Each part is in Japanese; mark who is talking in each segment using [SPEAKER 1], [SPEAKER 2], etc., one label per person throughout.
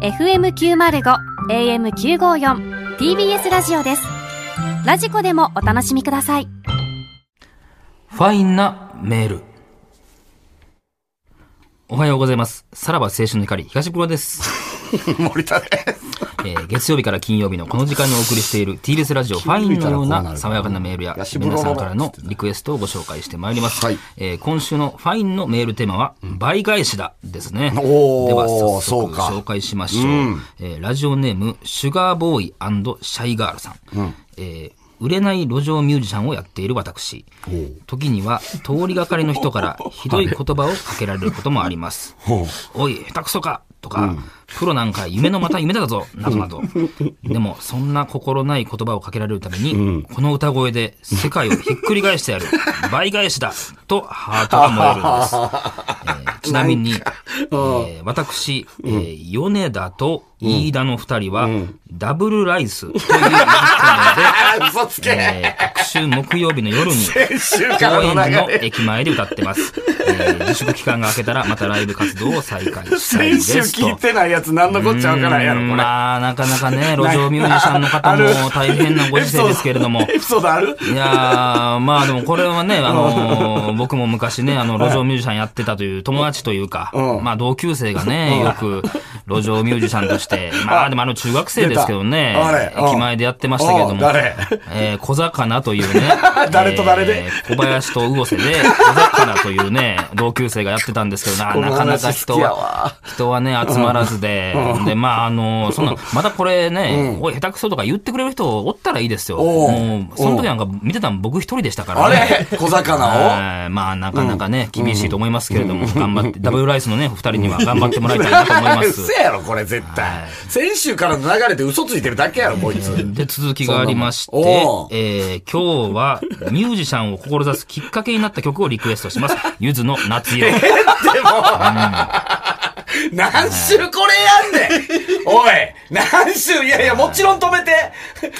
[SPEAKER 1] FM905 AM954 TBS ラジオですラジコでもお楽しみください
[SPEAKER 2] ファインなメール。おはようございます。さらば青春の光、東袋です。
[SPEAKER 3] 森田です。
[SPEAKER 2] えー月曜日から金曜日のこの時間にお送りしている TBS ラジオファインのよう
[SPEAKER 3] 急に見たらこうな
[SPEAKER 2] な
[SPEAKER 3] る
[SPEAKER 2] 爽やかなメールや
[SPEAKER 3] 東
[SPEAKER 2] 皆
[SPEAKER 3] 袋
[SPEAKER 2] さ
[SPEAKER 3] の
[SPEAKER 2] んからのリクエストをご紹介してまいります。
[SPEAKER 3] はい
[SPEAKER 2] えー今週のファインのメールテーマは、倍返しだですね。
[SPEAKER 3] おー
[SPEAKER 2] では早
[SPEAKER 3] そ
[SPEAKER 2] 速
[SPEAKER 3] うか
[SPEAKER 2] 紹介しましょう。えーラジオネーム、シュガーボーイシャイガールさん。えー売れない路上ミュージシャンをやっている私。時には通りがかりの人からひどい言葉をかけられることもあり ます。おい、下手くそかとか、プロなんか夢のまた夢だ ぞなどなど。でも、そんな心ない言葉をかけられるために、この歌声で世界をひっくり返してや る、倍返しだとハートが燃える んです。えーちなみに、えー私、えー米田と飯田の二人は、ダブルライスという一本
[SPEAKER 3] あー、嘘つ
[SPEAKER 2] で、
[SPEAKER 3] け
[SPEAKER 2] えー、各週木曜日の夜 に、
[SPEAKER 3] 先週か
[SPEAKER 2] 高
[SPEAKER 3] ら
[SPEAKER 2] 円
[SPEAKER 3] の
[SPEAKER 2] 寺の
[SPEAKER 3] 流 れ。
[SPEAKER 2] 駅前で歌ってます。えー自粛期間が明けたらまたライブ活動を再開したいで
[SPEAKER 3] 先週
[SPEAKER 2] すと。
[SPEAKER 3] 聞いてないやつ何のこっちゃわからんやろ、
[SPEAKER 2] うーん
[SPEAKER 3] これ。
[SPEAKER 2] まあ、なかなかね、路上ミュージシャンの方も大変なご時世ですけれ ども
[SPEAKER 3] エ。ピソードある
[SPEAKER 2] いやー、まあでもこれはね、あのー 僕も昔ね、あの、路上ミュージシャンやってたという友達というか、
[SPEAKER 3] うん
[SPEAKER 2] まあ同級生がね、よく路上ミュージシャンとして、まあでもあの中学生ですけどね
[SPEAKER 3] 出たあれ、うん
[SPEAKER 2] 駅前でやってましたけれど
[SPEAKER 3] うん
[SPEAKER 2] も、
[SPEAKER 3] 誰、
[SPEAKER 2] えー小魚というね
[SPEAKER 3] 誰と誰で
[SPEAKER 2] えー小林と魚瀬で、小魚というね、同級生がやってたんですけどな、
[SPEAKER 3] こ
[SPEAKER 2] な
[SPEAKER 3] の
[SPEAKER 2] かなか
[SPEAKER 3] 話好
[SPEAKER 2] 人
[SPEAKER 3] きや
[SPEAKER 2] は、
[SPEAKER 3] わ。
[SPEAKER 2] 人はね、集まらずで、で、まあ、あの、そんな、またこれね、おい、下手くそとか言ってくれる人おったらいいですよ。
[SPEAKER 3] おう
[SPEAKER 2] もう、その時なんか見てたの僕一人でしたから
[SPEAKER 3] あ
[SPEAKER 2] ね。
[SPEAKER 3] れ小魚を
[SPEAKER 2] はいまあ、なかなかね、厳しいと思いますけれども、頑 張って、ダブルライスのね、お二人には頑張ってもらいたいなと思いま
[SPEAKER 3] 嘘
[SPEAKER 2] す。
[SPEAKER 3] やろ、これ絶対。先週からの流れで嘘ついてるだけやろ、こいつ。
[SPEAKER 2] で、続きがありまして
[SPEAKER 3] そんなもんおう、
[SPEAKER 2] えー、今日はミュージシャンを志すきっかけになった曲をリクエストします。ゆずの夏色。
[SPEAKER 3] でも、何週これやんねんおい何週いやいや、もちろん止めて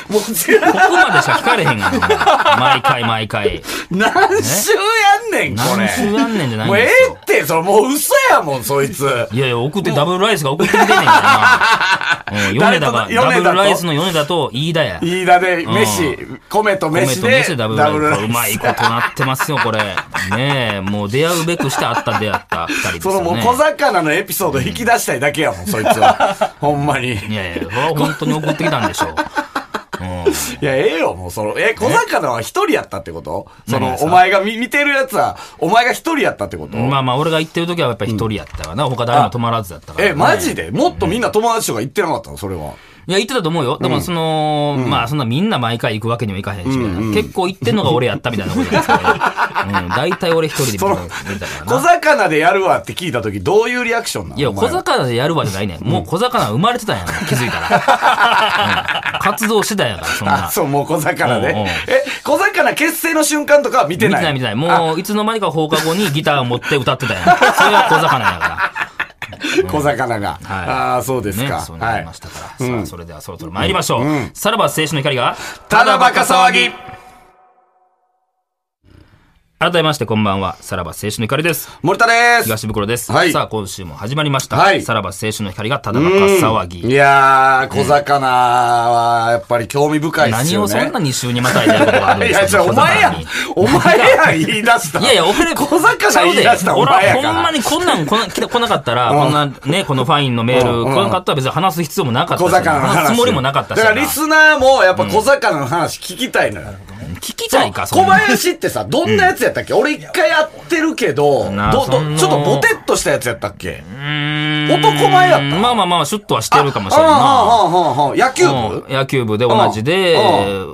[SPEAKER 3] もちろん
[SPEAKER 2] ここまでしか聞かれへんがな、毎回毎回。
[SPEAKER 3] 何週やんねん、これ
[SPEAKER 2] 何週やんねんじゃないん
[SPEAKER 3] もうええ
[SPEAKER 2] ですよ
[SPEAKER 3] っ。て、それもう嘘やもん、そいつ。
[SPEAKER 2] いやいや、送って、ダブルライスが送ってきてんねんか らな。うん、米
[SPEAKER 3] 誰
[SPEAKER 2] 田
[SPEAKER 3] と
[SPEAKER 2] が、
[SPEAKER 3] 米田と
[SPEAKER 2] ダブルライスの米田と飯田や。
[SPEAKER 3] 飯田で飯
[SPEAKER 2] う、
[SPEAKER 3] 米と
[SPEAKER 2] 米
[SPEAKER 3] 飯
[SPEAKER 2] と
[SPEAKER 3] で
[SPEAKER 2] 飯でダブル
[SPEAKER 3] ダ
[SPEAKER 2] ライ
[SPEAKER 3] ブ
[SPEAKER 2] ス。
[SPEAKER 3] ルライス。
[SPEAKER 2] うまいことなってますよ、これ。ねえ、もう出会うべくしてあった出会った二人です
[SPEAKER 3] その
[SPEAKER 2] よ
[SPEAKER 3] もう
[SPEAKER 2] ね。
[SPEAKER 3] 小魚のエピソード引き出したいだけやもん、そいつ は。ほんまに。い
[SPEAKER 2] いやいや、それは本当に送ってきたんでしょう。
[SPEAKER 3] や、ええよ、もうその、え、小魚は一人やったってことそ
[SPEAKER 2] 何が
[SPEAKER 3] の
[SPEAKER 2] で、すか
[SPEAKER 3] お前が見見てるやつは、お前が一人やったってこと
[SPEAKER 2] うん。まあまあ、俺が行ってる時はやっぱ一人やったからな。他誰も泊まらずだったからね。
[SPEAKER 3] え、マジでもっとみんな友達とか言ってなかったのそれは。
[SPEAKER 2] いや、行ってたと思うよ。でも、その、まあ、そんなみんな毎回行くわけにもいかへんし、みたいな結構行ってんのが俺やったみたいなことなんですけど、 うん、大体俺一人で見た
[SPEAKER 3] の
[SPEAKER 2] 見たから
[SPEAKER 3] 小
[SPEAKER 2] な。
[SPEAKER 3] 魚でやるわって聞いた時どういうリアクションなの
[SPEAKER 2] いや、小魚でやるわじゃないねん。もう小魚生まれてたんやん、気づいた ら。うん活動してたんやから、そん
[SPEAKER 3] あ、
[SPEAKER 2] な。
[SPEAKER 3] そう、もう小魚で。
[SPEAKER 2] うんうん
[SPEAKER 3] え、小魚結成の瞬間とかは見て
[SPEAKER 2] 見て
[SPEAKER 3] ない
[SPEAKER 2] ない見てない。もう、いつの間にか放課後にギターを持って歌 ってたやん。それが小魚やから。
[SPEAKER 3] 小魚が。
[SPEAKER 2] はい
[SPEAKER 3] ああ、そうですか。
[SPEAKER 2] ね、そうなりましたから。さあ、それではそろそろ参りましょう。さらば青春の光が、
[SPEAKER 3] ただバカ騒ぎ
[SPEAKER 2] 改めましてこんばんは。さらば青春の光です。
[SPEAKER 3] 森田です。
[SPEAKER 2] 東袋です。
[SPEAKER 3] はい
[SPEAKER 2] さあ、今週も始まりました。
[SPEAKER 3] はい
[SPEAKER 2] さらば青春の光がただバカ騒
[SPEAKER 3] い
[SPEAKER 2] ぎ。
[SPEAKER 3] やー、小魚はやっぱり興味深いっす
[SPEAKER 2] 何
[SPEAKER 3] よ
[SPEAKER 2] を
[SPEAKER 3] ね。
[SPEAKER 2] そんなに週にまたいでやることがあるん
[SPEAKER 3] い
[SPEAKER 2] で
[SPEAKER 3] や、
[SPEAKER 2] す
[SPEAKER 3] じ
[SPEAKER 2] か
[SPEAKER 3] ゃお前やん
[SPEAKER 2] に。
[SPEAKER 3] お前やん、言い出した。
[SPEAKER 2] いやいや、俺、
[SPEAKER 3] 小魚言い出したらお
[SPEAKER 2] 俺
[SPEAKER 3] 前や
[SPEAKER 2] は
[SPEAKER 3] から
[SPEAKER 2] ほんまにこんなんこな来なかったら、こんなね、このファインのメール、
[SPEAKER 3] うんうん
[SPEAKER 2] 来なかったら別に話す必要もなかった
[SPEAKER 3] 小
[SPEAKER 2] し、
[SPEAKER 3] 魚の
[SPEAKER 2] 話
[SPEAKER 3] 話。
[SPEAKER 2] すつもりもなかったし
[SPEAKER 3] だ
[SPEAKER 2] な。
[SPEAKER 3] からリスナーもやっぱ小魚の話聞きたいのよ。
[SPEAKER 2] 聞きたいか、そん
[SPEAKER 3] 小
[SPEAKER 2] な
[SPEAKER 3] 林ってさ、どんなやつやったっけ、俺一回やってるけど、ど
[SPEAKER 2] なあ
[SPEAKER 3] ど
[SPEAKER 2] そんな
[SPEAKER 3] ちょっとボテッとしたやつやったっけ
[SPEAKER 2] うーん
[SPEAKER 3] 男前やった
[SPEAKER 2] まあまあまあ、シュッとはしてるかもしれん
[SPEAKER 3] ああ
[SPEAKER 2] な。
[SPEAKER 3] ああああああ野球部
[SPEAKER 2] うん野球部で同じで、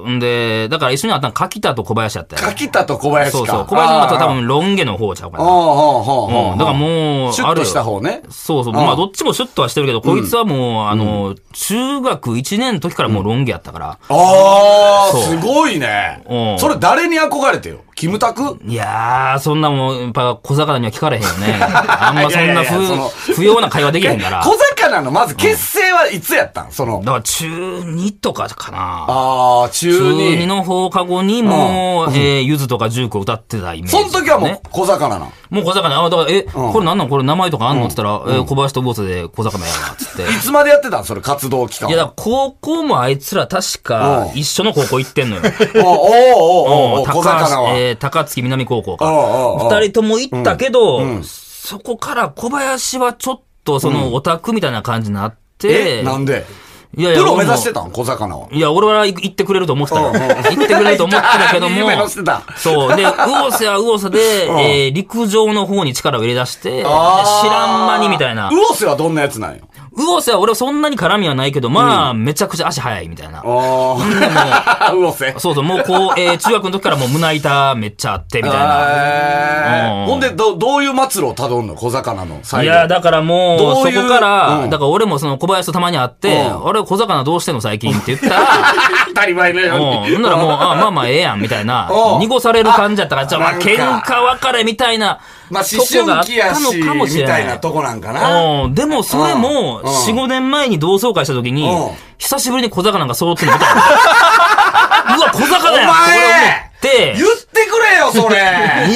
[SPEAKER 2] んで、だから一緒にあったの柿田と小林やったよ
[SPEAKER 3] 柿田と小林か。
[SPEAKER 2] そうそう。小林の方は多
[SPEAKER 3] あ
[SPEAKER 2] 分ロン毛の方ちゃうか
[SPEAKER 3] あ。あ
[SPEAKER 2] な。
[SPEAKER 3] ああああ
[SPEAKER 2] うんだからもう、
[SPEAKER 3] シュッとした方ね
[SPEAKER 2] あるそうそう。
[SPEAKER 3] うん
[SPEAKER 2] まあ、どっちもシュッとはしてるけど、こいつはもう、あの、中学1年の時からもうロン毛やったから。
[SPEAKER 3] ああ、
[SPEAKER 2] そう
[SPEAKER 3] すごいね
[SPEAKER 2] う。ん
[SPEAKER 3] それ誰に憧れてよ。キムタク
[SPEAKER 2] いやー、そんなもん、やっぱ小魚には聞かれへんよ ね。あんまそんな
[SPEAKER 3] いやいやいやその
[SPEAKER 2] 不不要な会話できへんから。
[SPEAKER 3] 小魚のまず結成はいつやったんその
[SPEAKER 2] だ。から中2とかかな。
[SPEAKER 3] ああ、中
[SPEAKER 2] 中2
[SPEAKER 3] 二。
[SPEAKER 2] の放課後にもう、えー、ゆずとかジュークを歌ってたイメージ、
[SPEAKER 3] その時はもう
[SPEAKER 2] ね。
[SPEAKER 3] 小魚なん。
[SPEAKER 2] もう小魚、あ、だから、え、これなんなんこれ名前とかあんのって言ったら、えー小林と坊主で小魚やな、 つって。
[SPEAKER 3] いつまでやってたんそれ活動期間。
[SPEAKER 2] いや、だから高校もあいつら確か
[SPEAKER 3] うん
[SPEAKER 2] 一緒の高校行ってんの よ。
[SPEAKER 3] おうおうおうおう
[SPEAKER 2] 高
[SPEAKER 3] 小魚は。
[SPEAKER 2] えー高槻南高校か。
[SPEAKER 3] おうおうおう
[SPEAKER 2] 二人とも行ったけど、そこから小林はちょっとそのオタクみたいな感じになって、
[SPEAKER 3] え、なんで
[SPEAKER 2] いやい
[SPEAKER 3] プ
[SPEAKER 2] や
[SPEAKER 3] ロ目指して
[SPEAKER 2] た
[SPEAKER 3] たん小魚は。
[SPEAKER 2] いや、俺は行ってくれると思ってたよ。
[SPEAKER 3] うんうん
[SPEAKER 2] 行ってくれると思ってたけど
[SPEAKER 3] いい
[SPEAKER 2] も
[SPEAKER 3] 夢乗せてた。
[SPEAKER 2] そう。で、魚瀬は魚瀬で、えー陸上の方に力を入れ出して、で知らん間にみたいな。
[SPEAKER 3] 魚瀬はどんなやつなんよ。
[SPEAKER 2] 魚瀬は俺はそんなに絡みはないけど、まあ、めちゃくちゃ足速いみたいな。
[SPEAKER 3] ああ、魚瀬。
[SPEAKER 2] そうそう、もうこう、えー中学の時からもう胸板めっちゃあって、みたいな。
[SPEAKER 3] へ
[SPEAKER 2] う
[SPEAKER 3] ー
[SPEAKER 2] ん
[SPEAKER 3] ほんで、ど、どういう末路を辿んの小魚の最後。
[SPEAKER 2] いや、だからもう、
[SPEAKER 3] どういう
[SPEAKER 2] そこから、
[SPEAKER 3] うん
[SPEAKER 2] だから俺もその小林とたまに会って、
[SPEAKER 3] うん
[SPEAKER 2] 俺小魚どうしてんの最近って言ったら、
[SPEAKER 3] 当たり前の
[SPEAKER 2] うん、
[SPEAKER 3] よ
[SPEAKER 2] ほ
[SPEAKER 3] うに。
[SPEAKER 2] んならもう、あ、まあまあええやん、みたい な
[SPEAKER 3] う。ん
[SPEAKER 2] 濁される感じやったから、じゃあまあ
[SPEAKER 3] なんか
[SPEAKER 2] 喧嘩別れみたいな、
[SPEAKER 3] まあ、
[SPEAKER 2] と
[SPEAKER 3] 思
[SPEAKER 2] こがあっ
[SPEAKER 3] 春期や
[SPEAKER 2] たの
[SPEAKER 3] し、
[SPEAKER 2] かもし
[SPEAKER 3] み
[SPEAKER 2] れ
[SPEAKER 3] た
[SPEAKER 2] ない。
[SPEAKER 3] ないとこなんかな。
[SPEAKER 2] うん、でもそれも、
[SPEAKER 3] うん
[SPEAKER 2] 4、5年前に同窓会した時に
[SPEAKER 3] うん、
[SPEAKER 2] 久しぶりに小魚が揃ってるみ たいな。うわ、小魚やんって俺思っ
[SPEAKER 3] お前
[SPEAKER 2] て、
[SPEAKER 3] 言ってくれよ、それい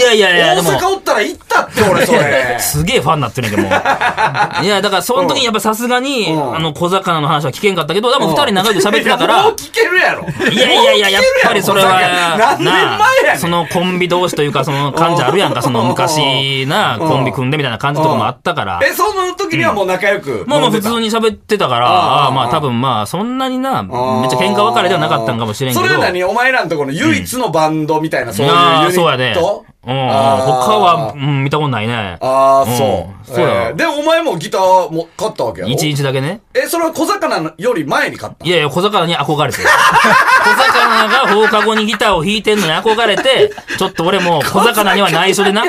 [SPEAKER 2] やいやいやでも。
[SPEAKER 3] 大阪おったら行ったって、俺、それ
[SPEAKER 2] すげえファンになってるんやけど、もう。いや、だから、その時にやっぱさすがに、
[SPEAKER 3] ん
[SPEAKER 2] あの、小魚の話は聞けんかったけど、でも二人長く喋ってたか
[SPEAKER 3] いやもう
[SPEAKER 2] ら、
[SPEAKER 3] 聞けるやろ。
[SPEAKER 2] いやいやいや、やっぱりそれは、
[SPEAKER 3] 何年前やねん。
[SPEAKER 2] そのコンビ同士というか、その感じあるやんか、その昔な、コンビ組んでみたいな感じとかもあったから。
[SPEAKER 3] え、その時にはもう仲良く。
[SPEAKER 2] まあまあ普
[SPEAKER 3] に
[SPEAKER 2] 通に喋ってたから、
[SPEAKER 3] あー
[SPEAKER 2] ああーまあ多分まあそんなにな、めっちゃ喧嘩別れではなかったんかもしれんけど。
[SPEAKER 3] それなにお前らのところの唯一のバンドみたいな、そういうユ
[SPEAKER 2] ああ、
[SPEAKER 3] ニット
[SPEAKER 2] そうやね。うん。他は、うん、見たことないね。
[SPEAKER 3] ああ、そう。
[SPEAKER 2] うんそうや
[SPEAKER 3] えーで、お前もギターも買ったわけやろ
[SPEAKER 2] 一日だけね。
[SPEAKER 3] え、それは小魚より前に買った
[SPEAKER 2] いやいや、小魚に憧れ て。小魚が放課後にギターを弾いてんのに憧れて、ちょっと俺も小魚には内緒で な。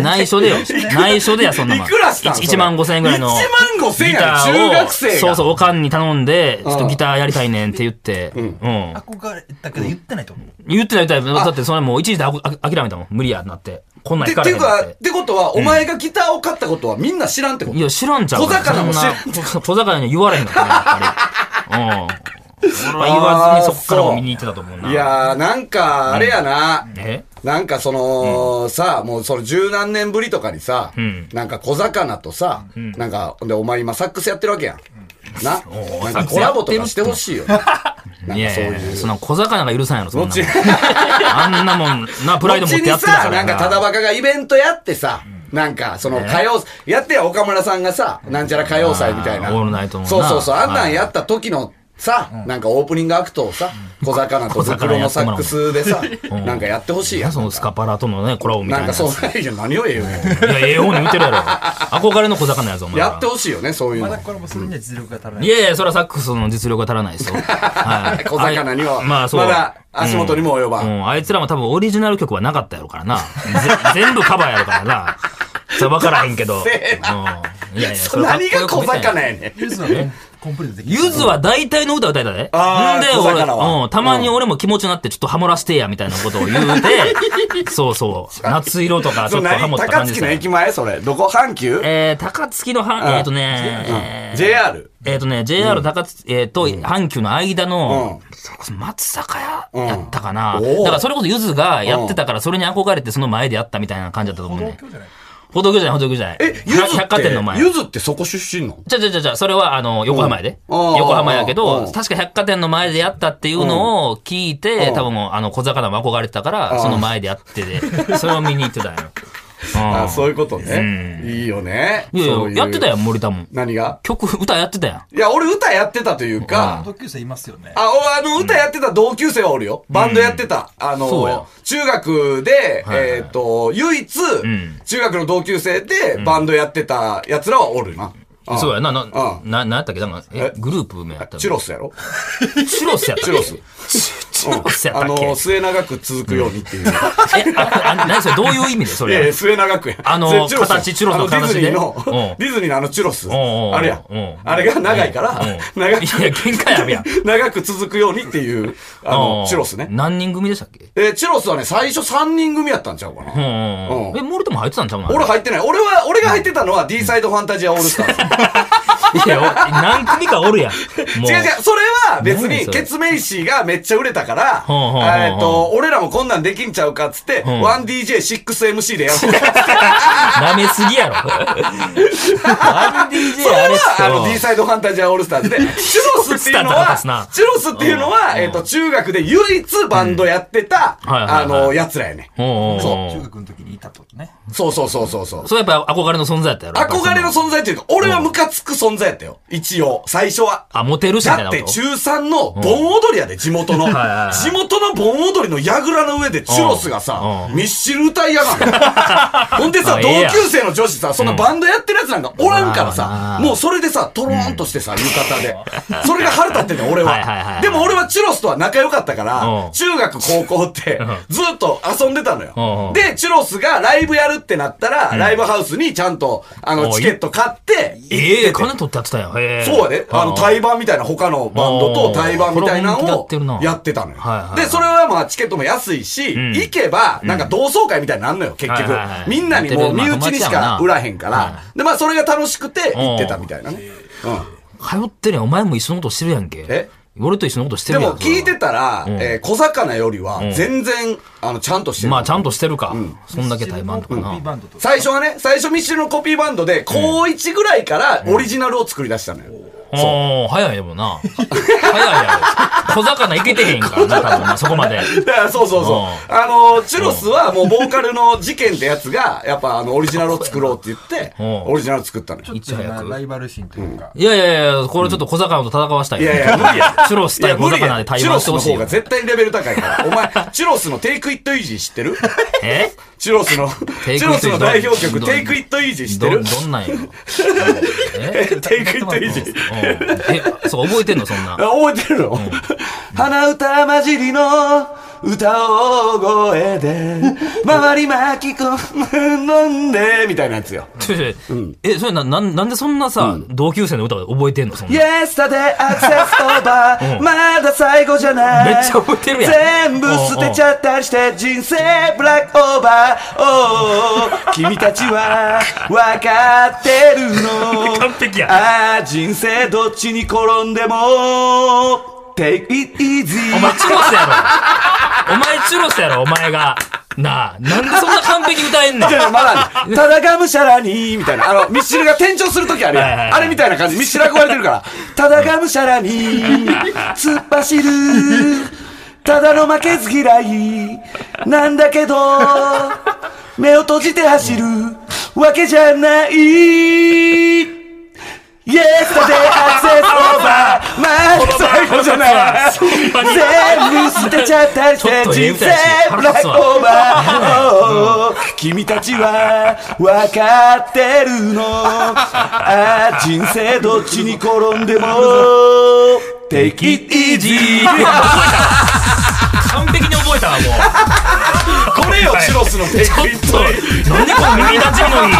[SPEAKER 2] 内緒でよ。内緒でや、そんなもん。
[SPEAKER 3] いくらしたんそれ
[SPEAKER 2] 1万5千円ぐらいの。
[SPEAKER 3] 1万5千円
[SPEAKER 2] ギ
[SPEAKER 3] や
[SPEAKER 2] ターを
[SPEAKER 3] 中学生が。
[SPEAKER 2] そうそう、おかんに頼んで、ちょっ
[SPEAKER 3] うん
[SPEAKER 2] とギターやりたいねんって言って。うん。
[SPEAKER 4] 憧れたけど言ってないと思う。
[SPEAKER 2] 言ってない言ってない。だってそれもう一時であこあ諦めたもん。無理やってなって。こんなん
[SPEAKER 3] で
[SPEAKER 2] 弾
[SPEAKER 3] っ
[SPEAKER 2] か
[SPEAKER 3] て
[SPEAKER 2] れへん
[SPEAKER 3] いう
[SPEAKER 2] な
[SPEAKER 3] か、
[SPEAKER 2] っ。
[SPEAKER 3] っててことは、お前がギターを買ったことはみんな知らんってこと
[SPEAKER 2] いや、知らんちゃうかな
[SPEAKER 3] 小魚も知らん
[SPEAKER 2] そんな小魚には言われへんかったね、やっ ぱり。うん。俺は言わずにそっからも見に行ってたと思うな。
[SPEAKER 3] いやー、なんか、あれやな。
[SPEAKER 2] え
[SPEAKER 3] なんかその、さ、もうその十何年ぶりとかにさ、
[SPEAKER 2] ん
[SPEAKER 3] なんか小魚とさ、なんか、ほんでお前今サックスやってるわけやん。な
[SPEAKER 2] おー、
[SPEAKER 3] なん
[SPEAKER 2] サッ
[SPEAKER 3] か
[SPEAKER 2] クス
[SPEAKER 3] コラボとかしてほしいよね。なん
[SPEAKER 2] い
[SPEAKER 3] か
[SPEAKER 2] や
[SPEAKER 3] そう
[SPEAKER 2] いや
[SPEAKER 3] いう。
[SPEAKER 2] その小魚が許さんやろ、そんな
[SPEAKER 3] 後に
[SPEAKER 2] もん。あんなもん、 な、プライド持ってやってたから
[SPEAKER 3] 後にさ、なんかただバカがイベントやってさ、なんか、その歌謡、やってよ、岡村さんがさ、なんちゃら歌謡祭みたいな。
[SPEAKER 2] あーオールナイトもな
[SPEAKER 3] そうそうそう、あんな
[SPEAKER 2] は
[SPEAKER 3] ん
[SPEAKER 2] い
[SPEAKER 3] やった時の、さ、なんかオープニングアクトをさ、小魚と袋のサックスでさ、
[SPEAKER 2] ん
[SPEAKER 3] なんかやってほしいや。
[SPEAKER 2] なんそのスカパラとのね、コラボみたい
[SPEAKER 3] な
[SPEAKER 2] なんや
[SPEAKER 3] か
[SPEAKER 2] つ。
[SPEAKER 3] そう、いや、何をええよ。
[SPEAKER 2] いや、ええ方に見てるやろ。憧れの小魚やぞ、お前は。
[SPEAKER 3] やってほしいよね、そういう
[SPEAKER 4] ま
[SPEAKER 3] の
[SPEAKER 4] だ。これもそれには実力が足らないい。
[SPEAKER 2] やいや、それはサックスの実力が足らない ですよ。は
[SPEAKER 3] 小魚には
[SPEAKER 2] あいまあそう。
[SPEAKER 3] まだ足元にも及ばん
[SPEAKER 2] うん、あいつらも多分オリジナル曲はなかったやろからな。ぜ全部カバーやろからな。それ分からへんけど。
[SPEAKER 3] せえ
[SPEAKER 2] うんい やいや、それかっこ
[SPEAKER 3] 何
[SPEAKER 2] よく
[SPEAKER 3] が小
[SPEAKER 2] 見たい
[SPEAKER 3] 魚やねん。
[SPEAKER 4] ユーズはね、コンプリートできる。
[SPEAKER 2] ゆずは大体の歌歌えたで。
[SPEAKER 3] あー
[SPEAKER 2] んで、
[SPEAKER 3] 小
[SPEAKER 2] 俺、
[SPEAKER 3] 魚は
[SPEAKER 2] うん、たまに俺も気持ちになってちょっとハモらしてや、みたいなことを言うて、そう そう、夏色とかち
[SPEAKER 3] そ
[SPEAKER 2] ょっ
[SPEAKER 3] れ
[SPEAKER 2] とハ
[SPEAKER 3] 何
[SPEAKER 2] モった感
[SPEAKER 3] 高
[SPEAKER 2] じ
[SPEAKER 3] 槻
[SPEAKER 2] で
[SPEAKER 3] の
[SPEAKER 2] すね。
[SPEAKER 3] 駅前それ。どこ阪急
[SPEAKER 2] えー、高槻の半、えっ、と
[SPEAKER 3] うん
[SPEAKER 2] ね、
[SPEAKER 3] ?JR?
[SPEAKER 2] えっ、とね、JR 高津、えっ、と、阪急の間の、
[SPEAKER 3] う
[SPEAKER 2] それこそ松坂屋やったかな。
[SPEAKER 3] うんおー
[SPEAKER 2] だからそれこそゆずがやってたから、それに憧れてその前でやったみたいな感じだったと思うね
[SPEAKER 4] 東。京じゃない
[SPEAKER 2] 歩道橋じゃない、歩道橋じゃない。
[SPEAKER 3] え、ゆずって、
[SPEAKER 2] 百貨店の前。
[SPEAKER 3] ゆずってそこ出身なの
[SPEAKER 2] じゃじゃじゃじゃそれはあの、横浜やで。
[SPEAKER 3] うんあー
[SPEAKER 2] 横浜やけ
[SPEAKER 3] う
[SPEAKER 2] ど、
[SPEAKER 3] ん
[SPEAKER 2] 確か百貨店の前でやったっていうのを聞いて、
[SPEAKER 3] うん
[SPEAKER 2] 多分もうあの、小魚も憧れてたから、その前でやって て、それを見に行ってたんよ。
[SPEAKER 3] あ
[SPEAKER 2] うん
[SPEAKER 3] そういうことね。いいよね。
[SPEAKER 2] いや
[SPEAKER 3] そう
[SPEAKER 2] いうや、やってたやん、森田も。
[SPEAKER 3] 何が
[SPEAKER 2] 曲、歌やってたやん。
[SPEAKER 3] いや、俺歌やってたというか、
[SPEAKER 4] 同級生いますよね。
[SPEAKER 3] あ、お、あの、歌やってた同級生はおるよ。バンドやってた。あ
[SPEAKER 2] そうや
[SPEAKER 3] の、中学で、
[SPEAKER 2] いはい
[SPEAKER 3] えっと、唯一
[SPEAKER 2] ん、
[SPEAKER 3] 中学の同級生でバンドやってた奴らはおるな。あ
[SPEAKER 2] そうやな、な、
[SPEAKER 3] う
[SPEAKER 2] な、なんやったっけなんか、え
[SPEAKER 3] え、
[SPEAKER 2] グループ名やったの
[SPEAKER 3] チュロスやろ
[SPEAKER 2] チュロスやったっけ
[SPEAKER 3] チュロス
[SPEAKER 2] チュチのスやっ
[SPEAKER 3] あ
[SPEAKER 2] たっけ、
[SPEAKER 3] の、末永く続くようにっていう。
[SPEAKER 2] え、あ、あ何それどういう意味でそ
[SPEAKER 3] いやいや、
[SPEAKER 2] れ。
[SPEAKER 3] 末永くや。
[SPEAKER 2] あの
[SPEAKER 3] それロス
[SPEAKER 2] 形チュロスの
[SPEAKER 3] あディ
[SPEAKER 2] 形
[SPEAKER 3] ズニ
[SPEAKER 2] で
[SPEAKER 3] ーの
[SPEAKER 2] う、ん
[SPEAKER 3] ディズニーのあのチュロス。
[SPEAKER 2] んうんうん
[SPEAKER 3] あれや
[SPEAKER 2] うん。
[SPEAKER 3] あれが長いから
[SPEAKER 2] うん、
[SPEAKER 3] 長
[SPEAKER 2] いや、限界あるやん。
[SPEAKER 3] 長く続くようにっていう、あ
[SPEAKER 2] う
[SPEAKER 3] の
[SPEAKER 2] ん、
[SPEAKER 3] チュロスね。
[SPEAKER 2] 何人組でしたっけ
[SPEAKER 3] えー、チュロスはね、最初3人組やったんちゃうか
[SPEAKER 2] うん
[SPEAKER 3] な。
[SPEAKER 2] うんう
[SPEAKER 3] うん
[SPEAKER 2] ん。え、モルトも入ってたんちゃうの
[SPEAKER 3] 俺入ってない。俺は、俺が入ってたのは D サイドファンタジアオールスターズ。
[SPEAKER 2] いや、お何組かおるやん。 もう。
[SPEAKER 3] 違う違う、それは別
[SPEAKER 2] 何
[SPEAKER 3] に、
[SPEAKER 2] それ
[SPEAKER 3] ケツメイシーがめっちゃ売れたから、
[SPEAKER 2] んほんほんほん
[SPEAKER 3] えっと、俺らもこんなんできんちゃうかっつって、
[SPEAKER 2] ん
[SPEAKER 3] 1DJ6MC で やろう。
[SPEAKER 2] 舐めすぎ やろ。ワン DJ あれっす
[SPEAKER 3] あの、
[SPEAKER 2] よ
[SPEAKER 3] D サイドファンタジアオールスター ズで、チュロスっていうの
[SPEAKER 2] 腹立
[SPEAKER 3] は
[SPEAKER 2] つな、
[SPEAKER 3] チュロスっていうのは、えっと、中学で唯一バンドやってた、
[SPEAKER 2] んはいはいはい
[SPEAKER 3] あの、奴らやね。
[SPEAKER 2] うんうん
[SPEAKER 4] 中
[SPEAKER 2] うん。
[SPEAKER 4] 学の時にいたってことね。
[SPEAKER 3] そうそうそうそうそう。
[SPEAKER 2] そうやっぱ憧れの存在やったやろ。
[SPEAKER 3] 憧れの
[SPEAKER 2] 在。
[SPEAKER 3] 存在っていうか、俺はムカつく存在やったよ。一応、最初は。
[SPEAKER 2] あ、モテるしみたいな
[SPEAKER 3] だっ
[SPEAKER 2] こ
[SPEAKER 3] て
[SPEAKER 2] と。
[SPEAKER 3] 中3の盆踊りや で、地元の。
[SPEAKER 2] いはいはい
[SPEAKER 3] 地元の盆踊りの櫓の上でチュロスがさ
[SPEAKER 2] う、ん
[SPEAKER 3] ミッシル歌いや がん。ほんでさ、
[SPEAKER 2] あ
[SPEAKER 3] 同
[SPEAKER 2] ええやん
[SPEAKER 3] 級生の女子さ、そんなバンドやってるやつなんかおらんから
[SPEAKER 2] まあ
[SPEAKER 3] さ
[SPEAKER 2] な、
[SPEAKER 3] もうそれでさ、トローンとしてさ、浴衣で。それが腹立ってんだよ、俺
[SPEAKER 2] はいはいはいは
[SPEAKER 3] は。
[SPEAKER 2] い
[SPEAKER 3] でも俺はチュロスとは仲良かったから
[SPEAKER 2] う、ん
[SPEAKER 3] 中学高校ってずっと遊んでたの
[SPEAKER 2] うんう
[SPEAKER 3] よ。
[SPEAKER 2] ん
[SPEAKER 3] で、チュロスがライブやるってなったら、ライブハウスにちゃんと、あの、
[SPEAKER 2] おい
[SPEAKER 3] チケット買って、
[SPEAKER 2] ええ、金取ってやってたんや。へえ。
[SPEAKER 3] そうやで。あの、対
[SPEAKER 2] 部。
[SPEAKER 3] バンみたいな、他のバンドと対バンみたいなのをやってたのよ
[SPEAKER 2] はいはいは。い
[SPEAKER 3] で、それはまあ、チケットも安いし、
[SPEAKER 2] ん
[SPEAKER 3] 行けば、なんか同窓会みたいになんのよ、結
[SPEAKER 2] はい
[SPEAKER 3] 局
[SPEAKER 2] はいは。い
[SPEAKER 3] みんなにもう身内にしか売らへんか
[SPEAKER 2] はい
[SPEAKER 3] ら。で、まあ、それが楽しくて行ってたみたいなね。うん。
[SPEAKER 2] 通ってるやん。お前も一緒のことしてるやんけ。
[SPEAKER 3] え
[SPEAKER 2] 俺と一緒のことして
[SPEAKER 3] で
[SPEAKER 2] るやん。
[SPEAKER 3] も、聞いてたら、えー小魚よりは、全然、あの、ちゃんとしてる
[SPEAKER 2] まあ、ちゃんとしてるか。そんだけ対マンとか
[SPEAKER 4] コピー
[SPEAKER 2] な。
[SPEAKER 4] バンドと
[SPEAKER 3] 最初はね、最初ミッシュルのコピーバンドで、高1ぐらいからオリジナルを作り出したのよ。
[SPEAKER 2] おー、早いやもんな。早いやろ。小魚いけてへんからな、多分なそこまで。
[SPEAKER 3] だからそうそうそう
[SPEAKER 2] うん。
[SPEAKER 3] あの、チュロスはもうボーカルの事件ってやつが、やっぱあの、オリジナルを作ろうって言って、
[SPEAKER 2] うん
[SPEAKER 3] オリジナル作ったのよ。
[SPEAKER 2] いち早く
[SPEAKER 4] ラ。イバル心というか。
[SPEAKER 2] いやいやいや、これちょっと小魚と戦わしたい。
[SPEAKER 3] いやいや無理や
[SPEAKER 2] チュロス
[SPEAKER 3] いや、
[SPEAKER 2] 対小
[SPEAKER 3] 無理
[SPEAKER 2] 魚で
[SPEAKER 3] や。
[SPEAKER 2] 対
[SPEAKER 3] チュ
[SPEAKER 2] 話
[SPEAKER 3] ロ
[SPEAKER 2] し
[SPEAKER 3] ス
[SPEAKER 2] て
[SPEAKER 3] の
[SPEAKER 2] ほしい
[SPEAKER 3] 方
[SPEAKER 2] よ
[SPEAKER 3] が。絶対レベル高いから。お前、チュロスのテイクイットイージー知ってる
[SPEAKER 2] え
[SPEAKER 3] チュロスの、
[SPEAKER 2] テイクイットイージー
[SPEAKER 3] チュロスの代表曲、
[SPEAKER 2] どん
[SPEAKER 3] テイクイットイージー知って
[SPEAKER 2] ど、
[SPEAKER 3] る
[SPEAKER 2] どんなんやろ。え
[SPEAKER 3] えテイクイットイージー。
[SPEAKER 2] うんえ、そう、覚えてんのそんな。
[SPEAKER 3] あ覚えてるの、鼻歌混じりの歌を声で、周り巻き込むんで、みたいなやつよ。
[SPEAKER 2] ちょちょえ、それな、なんなんでそんなさ、同級生の歌覚えてんのそんな。
[SPEAKER 3] Yesterday access over まだ最後じゃない
[SPEAKER 2] めっちゃ覚えてるやん
[SPEAKER 3] 全部捨てちゃったりして人生ブラックオーバーおー君たちは分かってる の
[SPEAKER 2] 完璧や
[SPEAKER 3] ああ人生どっちに転んでも Take it easy
[SPEAKER 2] お前チュロスやろ。お前チュロスやろ、お前が。なあ、なんでそんな完璧に歌えんねん。
[SPEAKER 3] まだ、ただがむしゃらに、みたいな。あの、ミッシルが転調するときあるや
[SPEAKER 2] は
[SPEAKER 3] ん
[SPEAKER 2] いはいはい
[SPEAKER 3] あれみたいな感じ。ミッシル憧れてるから。ただがむしゃらに、突っ走る。ただの負けず嫌い。なんだけど、目を閉じて走るわけじゃない。イエスタデーアクセスオーバーまあ最後じゃない全部捨てちゃったりして
[SPEAKER 2] ちょっとええ
[SPEAKER 3] 人
[SPEAKER 2] 歌
[SPEAKER 3] 生
[SPEAKER 2] やし
[SPEAKER 3] ブラックオーバーおー君たちは分かってるのあー人生どっちに転んでも Take it easy
[SPEAKER 2] 完璧に覚えたわ、もう。
[SPEAKER 3] これよチロスの Take
[SPEAKER 2] ちょっと、なんでこう耳立ちのいい。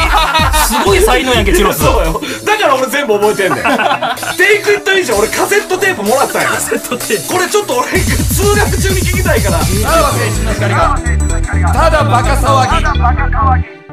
[SPEAKER 2] すごい才能やんけ、チュロス。
[SPEAKER 3] そうよ だから俺全部覚えてんねん Take it easy 俺カセットテープもらったんやからこれちょっと俺通学中に聞きたいからさらば青春の光がただバカ騒ぎ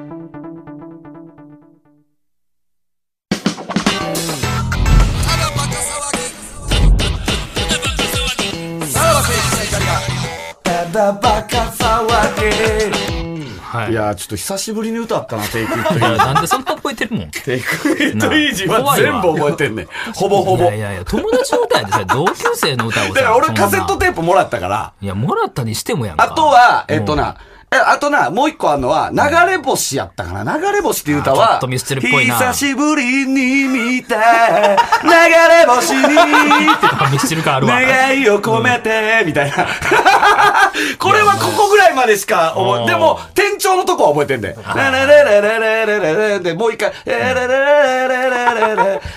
[SPEAKER 3] ただバカ騒ぎ
[SPEAKER 2] はいい。
[SPEAKER 3] やーちょっと久しぶりに歌ったなテイクイットイージー
[SPEAKER 2] なんでそんな覚えてるもん。
[SPEAKER 3] テイクイットイージーは全部覚えてんねんほぼ ほ
[SPEAKER 2] い
[SPEAKER 3] ぼ
[SPEAKER 2] やいやいや、友達の歌やで、それ同級生の歌をさ
[SPEAKER 3] だから俺
[SPEAKER 2] そんな
[SPEAKER 3] カセットテープもらったから
[SPEAKER 2] いや、もらったにしてもやんか。
[SPEAKER 3] あとは、えっとな、えあとな、もう一個あるのは、流れ星やったかな。流れ星っていう歌
[SPEAKER 2] あちょ
[SPEAKER 3] は、
[SPEAKER 2] っとミスチルっぽいな
[SPEAKER 3] 久しぶりに見た、流れ星に、
[SPEAKER 2] うん、ミスチル感あるわ。
[SPEAKER 3] 願いを込めて、みたいな。これはここぐらいまでしか覚え、でも、店長のとこは覚えてんだよ。ラララララララララで、もう一回、ラララララララララ